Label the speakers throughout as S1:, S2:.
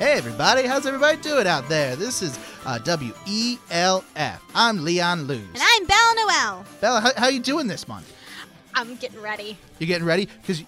S1: everybody. How's everybody doing out there? This is uh, WELF. I'm Leon Luz.
S2: And I'm Belle Noel.
S1: Bella, how, how you doing this month?
S2: I'm getting ready.
S1: You getting ready? Because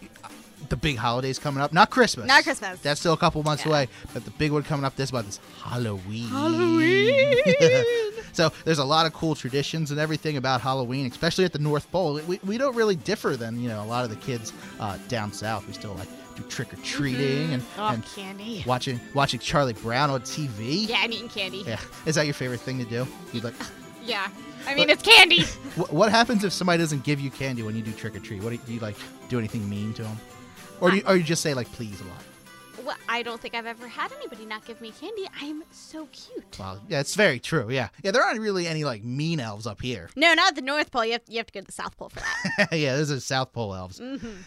S1: the big holiday's coming up. Not Christmas.
S2: Not Christmas.
S1: That's still a couple months away. But the big one coming up this month is Halloween.
S2: Halloween.
S1: so there's a lot of cool traditions and everything about Halloween, especially at the North Pole. We, we don't really differ than, you know, a lot of the kids uh, down south. We still like do trick or treating and,
S2: Oh,
S1: and
S2: candy.
S1: watching watching Charlie Brown on TV.
S2: Yeah, I'm eating candy. Yeah.
S1: Yeah. Is that your favorite thing to do? You like
S2: I mean, it's candy.
S1: What, what happens if somebody doesn't give you candy when you do trick or treat? What do you, do you like? Do anything mean to them, or do you, or you just say like please a lot?
S2: well, I don't think I've ever had anybody not give me candy. I'm so cute.
S1: Well, yeah, it's very true. Yeah, yeah, there aren't really any like mean elves up here.
S2: No, not the North Pole. You have, you have to go to the South Pole for that.
S1: yeah, those are South Pole elves.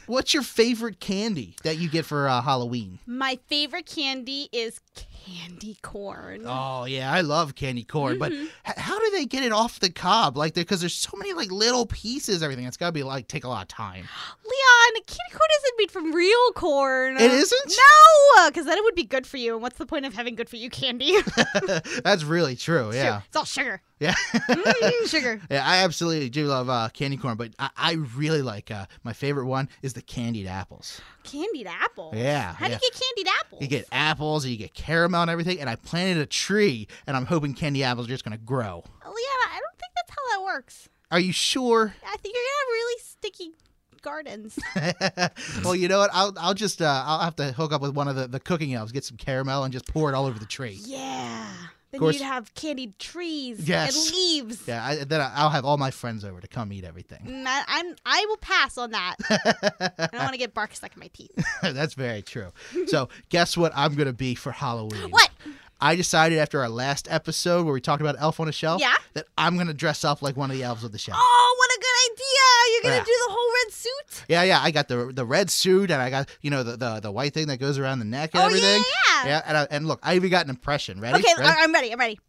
S1: What's your favorite candy that you get for uh, Halloween?
S2: My favorite candy is candy corn.
S1: Oh yeah, I love candy corn, but h- how do they get it off the cob? Like, because there's so many like little pieces, everything. It's got to be like take a lot of time.
S2: Leon, candy corn isn't made from real corn.
S1: It isn't.
S2: No, because then it would be good for you. And what's the point of having good for you candy?
S1: That's really true. Oh, Yeah,
S2: It's all sugar.
S1: yeah.
S2: Mm, sugar.
S1: Yeah, I absolutely do love uh, candy corn, but I, I really like uh, my favorite one is the candied apples.
S2: Candied apple.
S1: Yeah,
S2: How
S1: yeah.
S2: do you get candied apples?
S1: You get apples, and you get caramel and everything, and I planted a tree, and I'm hoping candy apples are just gonna grow.
S2: Leanna, I don't think that's how that works.
S1: Are you sure?
S2: I think you're gonna have really sticky gardens.
S1: well, you know what? I'll I'll just uh, I'll have to hook up with one of the, the cooking elves, get some caramel, and just pour it all over the tree.
S2: yeah. Then
S1: course.
S2: you'd have candied trees
S1: Yes.
S2: and leaves.
S1: Yeah, I, then I- I'll have all my friends over to come eat everything.
S2: Mm, I, I'm. I will pass on that. I don't want to get bark stuck in my teeth.
S1: That's very true. So, guess what I'm gonna be for Halloween?
S2: What?
S1: I decided after our last episode where we talked about Elf on a Shelf
S2: Yeah?
S1: that I'm going to dress up like one of the elves of the shelf.
S2: Oh, what a good idea! You're gonna
S1: Yeah.
S2: do the whole red suit.
S1: Yeah, yeah, I got the the red suit and I got, you know, the the, the white thing that goes around the neck and
S2: Oh, yeah,
S1: everything.
S2: yeah, yeah.
S1: and, I, and look, I even got an impression. Ready?
S2: okay,
S1: Ready?
S2: I, I'm ready. I'm ready.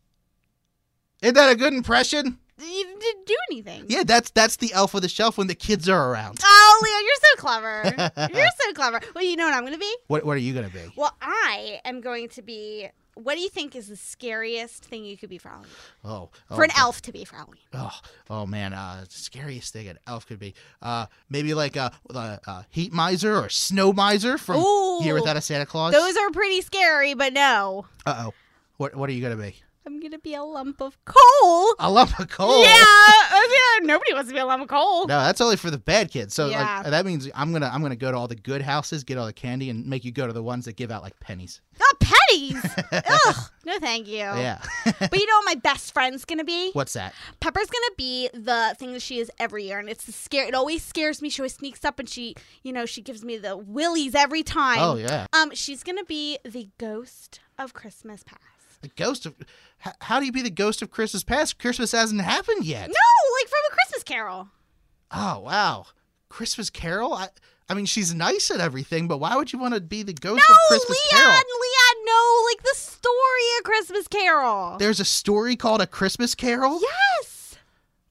S1: Isn't that a good impression?
S2: You didn't do anything.
S1: Yeah, that's that's the elf of the shelf when the kids are around.
S2: Oh, Leon, you're so clever. you're so clever. Well, you know what I'm gonna be?
S1: What what are you going to be?
S2: Well, I am going to be. What do you think is the scariest thing you could be for Halloween?
S1: Oh. oh
S2: for an elf to be for Halloween?
S1: Oh, oh man, uh scariest thing an elf could be. Uh maybe like uh, uh, uh heat miser or snow miser from
S2: Ooh.
S1: Here Without a Santa Claus.
S2: Those are pretty scary, but no.
S1: Uh-oh. What what are you going to be?
S2: I'm gonna be a lump of coal.
S1: A lump of coal.
S2: Yeah, I mean, nobody wants to be a lump of coal.
S1: Oh. No, that's only for the bad kids. So
S2: Yeah.
S1: like, that means I'm gonna I'm gonna go to all the good houses, get all the candy, and make you go to the ones that give out like pennies.
S2: Oh, petties. Ugh, no, thank you.
S1: Yeah.
S2: But you know what my best friend's gonna be?
S1: What's that?
S2: Pepper's gonna be the thing that she is every year, and it's the scare. It always scares me. She always sneaks up, and she, you know, she gives me the willies every time.
S1: Oh yeah,
S2: Um, she's gonna be the ghost of Christmas past.
S1: the ghost of. H- how do you be the ghost of Christmas past? Christmas hasn't happened yet.
S2: No, like from a Christmas Carol.
S1: Oh wow, Christmas Carol. I, I mean, she's nice and everything, but why would you want to be the ghost
S2: No,
S1: of Christmas
S2: Leon,
S1: Carol?
S2: Leon, no, like the story of Christmas Carol.
S1: There's a story called A Christmas Carol.
S2: yes.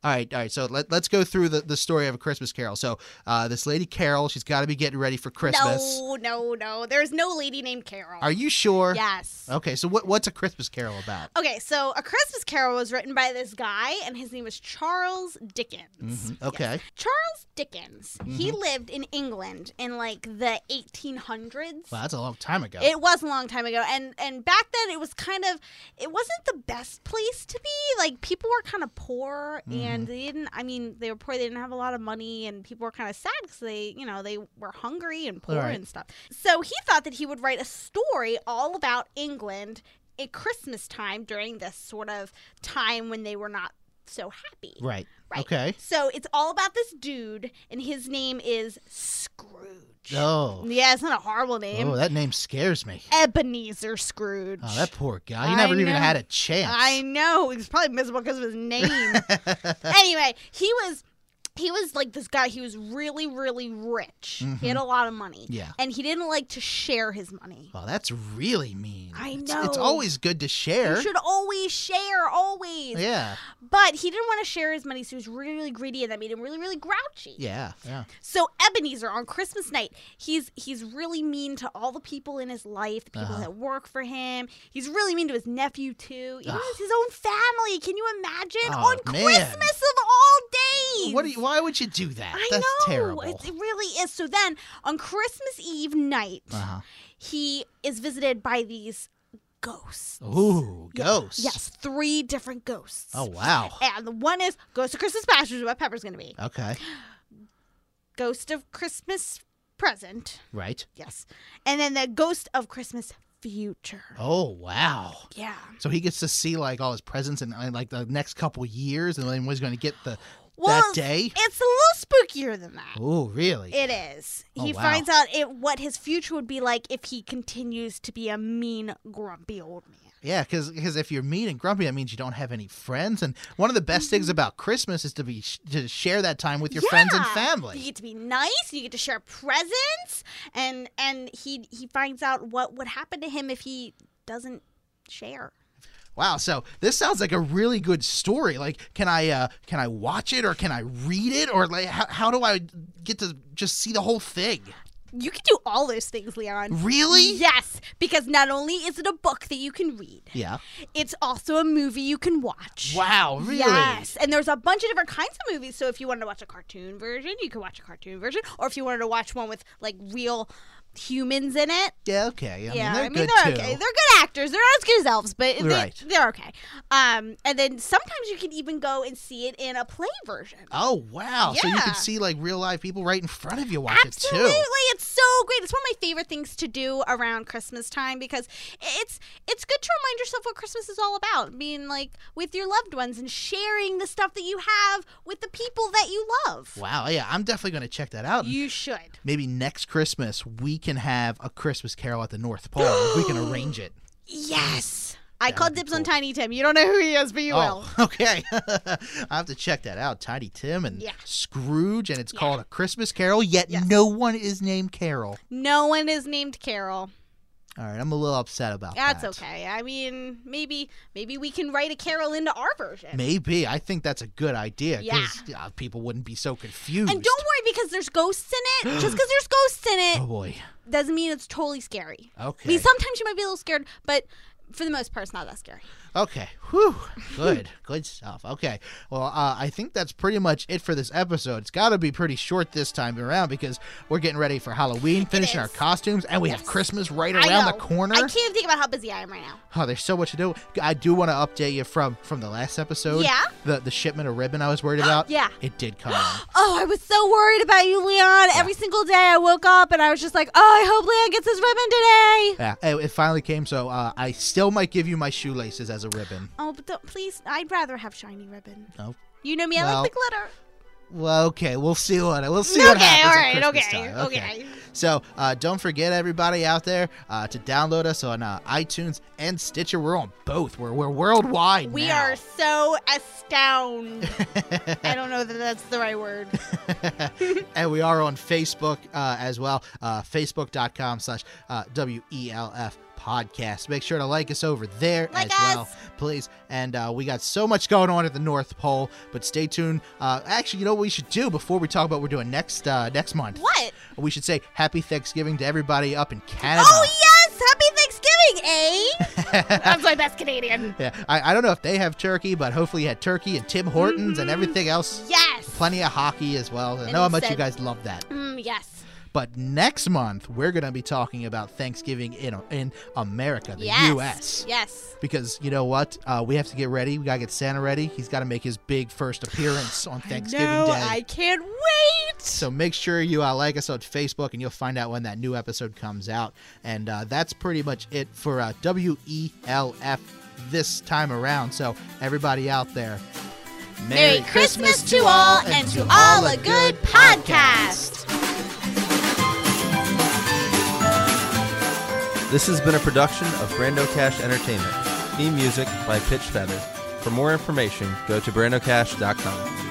S1: All right, all right. So let, let's go through the, the story of A Christmas Carol. So uh, this lady Carol, she's got to be getting ready for Christmas.
S2: No, no, no. There's no lady named Carol.
S1: Are you sure? Oh.
S2: yes.
S1: Okay, so what what's a Christmas Carol about?
S2: Okay, so A Christmas Carol was written by this guy, and his name was Charles Dickens.
S1: Mhm, okay.
S2: Charles Dickens. He
S1: Mm-hmm.
S2: lived in England in like the 1800s.
S1: Well, that's a long time ago.
S2: It was a long time ago, and and back then it was kind of it wasn't the best place to be. Like people were kind of poor,
S1: Mm-hmm.
S2: and they didn't. I mean, they were poor. They didn't have a lot of money, and people were kind of sad because they, you know, they were hungry and poor
S1: Right.
S2: and stuff. So he thought that he would write a story all about England at Christmas time during this sort of time when they were not so happy.
S1: right.
S2: Right.
S1: Okay.
S2: So it's all about this dude, and his name is Scrooge.
S1: Oh.
S2: Yeah, it's not a horrible name.
S1: Oh, that name scares me.
S2: Ebenezer Scrooge.
S1: Oh, that poor guy. He
S2: I
S1: never even
S2: know.
S1: had a chance.
S2: I know. He was probably miserable because of his name. anyway, he was he was like this guy. He was really, really rich. He had
S1: Mhm.
S2: a lot of money.
S1: Yeah.
S2: And he didn't like to share his money.
S1: Well, that's really mean.
S2: I
S1: It's, it's
S2: know.
S1: always good to
S2: You
S1: share.
S2: should always share, always.
S1: Yeah.
S2: But he didn't want to share his money, so he was really, really greedy, and that made him really, really grouchy.
S1: Yeah. Yeah.
S2: So Ebenezer on Christmas night, he's he's really mean to all the people in his life, the people
S1: Uh-huh.
S2: that work for him. He's really mean to his nephew too, even
S1: Ugh.
S2: it's his own family. Can you imagine
S1: Oh,
S2: on
S1: man.
S2: Christmas of all days?
S1: What? Do you, why would you do that?
S2: I
S1: that's
S2: know
S1: terrible.
S2: It, it really is. So then on Christmas Eve night,
S1: uh-huh.
S2: he is visited by these ghosts.
S1: Ooh,
S2: Yeah.
S1: ghosts.
S2: Yes, three different ghosts.
S1: Oh wow.
S2: And the one is Ghost of Christmas Past, which is what Pepper's going to be.
S1: Okay.
S2: Ghost of Christmas Present.
S1: Right.
S2: Yes. And then the Ghost of Christmas Future.
S1: Oh wow.
S2: Yeah.
S1: So he gets to see like all his presents in, in like the next couple years, and then was going to get the
S2: Well,
S1: that day.
S2: it's a little spookier than that.
S1: Oh really?
S2: It is.
S1: Oh,
S2: He
S1: wow.
S2: finds out it, what his future would be like if he continues to be a mean, grumpy old man.
S1: Yeah, because if you're mean and grumpy, that means you don't have any friends. And one of the best
S2: Mm-hmm.
S1: things about Christmas is to be sh- to share that time with your friends and
S2: Yeah.
S1: family.
S2: You get to be nice. You get to share presents, and and he he finds out what would happen to him if he doesn't share.
S1: Wow, so this sounds like a really good story. Like, can I uh, can I watch it or can I read it or like how, how do I get to just see the whole thing?
S2: You can do all those things, Leon.
S1: Really?
S2: Yes, because not only is it a book that you can read,
S1: Yeah.
S2: it's also a movie you can watch.
S1: Wow, really?
S2: Yes, and there's a bunch of different kinds of movies. So if you wanted to watch a cartoon version, you could watch a cartoon version, or if you wanted to watch one with like real humans in it,
S1: Yeah, okay. I
S2: yeah,
S1: mean, they're
S2: I mean
S1: good
S2: they're
S1: too.
S2: okay. They're good actors. They're not as good as elves, but
S1: Right.
S2: they, they're okay. Um, and then sometimes you can even go and see it in a play version.
S1: Oh wow! So you
S2: Yeah.
S1: can see like real live people right in front of you watch
S2: Absolutely,
S1: it too.
S2: it's so great. It's one of my favorite things to do around Christmas time because it's it's good to remind yourself what Christmas is all about, being like with your loved ones and sharing the stuff that you have with the people that you love.
S1: Wow, yeah, I'm definitely going to check that out.
S2: You should.
S1: Maybe next Christmas we can have a Christmas Carol at the North Pole. if we can arrange it.
S2: Yes. I
S1: That
S2: called
S1: would be
S2: dibs on
S1: cool.
S2: Tiny Tim. You don't know who he is, but you will.
S1: Oh, okay. I have to check that out. Tiny Tim and
S2: Yeah.
S1: Scrooge, and it's
S2: Yeah.
S1: called a Christmas Carol. Yet
S2: Yes.
S1: no one is named Carol.
S2: No one is named Carol.
S1: All right, I'm a little upset about
S2: That's
S1: that.
S2: okay. I mean, maybe maybe we can write a carol into our version.
S1: Maybe I think that's a good idea
S2: Yeah.
S1: because people wouldn't be so confused.
S2: And don't worry because there's ghosts in it. Just because there's ghosts in
S1: Oh
S2: it
S1: boy.
S2: doesn't mean it's totally scary.
S1: Okay.
S2: I mean, sometimes you might be a little scared, but for the most part, it's not that scary.
S1: Okay. Whew. Good. Good stuff. Okay. Well, uh, I think that's pretty much it for this episode. It's got to be pretty short this time around because we're getting ready for Halloween, finishing our
S2: is.
S1: costumes, and we have
S2: Yes.
S1: Christmas right
S2: I
S1: around the
S2: know.
S1: corner.
S2: I can't think about how busy I am right now.
S1: Oh, there's so much to do. I do want to update you from from the last episode.
S2: Yeah?
S1: The the shipment of ribbon I was worried about.
S2: Yeah.
S1: It did come. in.
S2: Oh, I was so worried about you, Leon. Every single day I woke up and I was just like, oh, I hope Leon gets his ribbon today.
S1: Yeah. It, it finally came. So uh, I still might give you my shoelaces as a ribbon.
S2: Oh, but don't, please, I'd rather have shiny ribbon.
S1: Oh.
S2: You know me, I
S1: Well,
S2: like the glitter.
S1: Well, okay. We'll see what we'll see
S2: okay,
S1: what happens. at
S2: all right,
S1: Christmas
S2: okay,
S1: time.
S2: okay,
S1: So uh, don't forget, everybody out there, uh, to download us on uh, iTunes and Stitcher. We're on both. We're, we're worldwide.
S2: We
S1: now.
S2: are so astounded. I don't know that that's the right word.
S1: and we are on Facebook uh, as well. Uh, Facebook.com slash uh, WELF podcast. Make sure to like us over there
S2: Like
S1: as well,
S2: us.
S1: please. And uh, we got so much going on at the North Pole, but stay tuned. Uh, actually, you know what we should do before we talk about what we're doing next uh, next month?
S2: What?
S1: We should say happy Thanksgiving to everybody up in Canada.
S2: Oh yes! Happy Thanksgiving, eh? I'm sorry, that's Canadian.
S1: Yeah, I, I don't know if they have turkey, but hopefully you had turkey and Tim Hortons and everything else.
S2: Yes.
S1: Plenty of hockey as well. I
S2: Mm-hmm. And
S1: know how much you
S2: said-
S1: guys love that.
S2: Mm, yes.
S1: But next month we're gonna be talking about Thanksgiving in in America, the
S2: yes.
S1: U.S.
S2: Yes.
S1: Because you know what, uh, we have to get ready. We gotta get Santa ready. He's gotta make his big first appearance on Thanksgiving
S2: no,
S1: Day.
S2: I can't wait.
S1: So make sure you uh, like us on Facebook, and you'll find out when that new episode comes out. And uh, that's pretty much it for uh, WELF this time around. So everybody out there,
S2: Merry Christmas to all and to all a good podcast.
S3: This has been a production of Brando Cash Entertainment. Theme music by Pitch Feather. For more information, go to brandocash.com.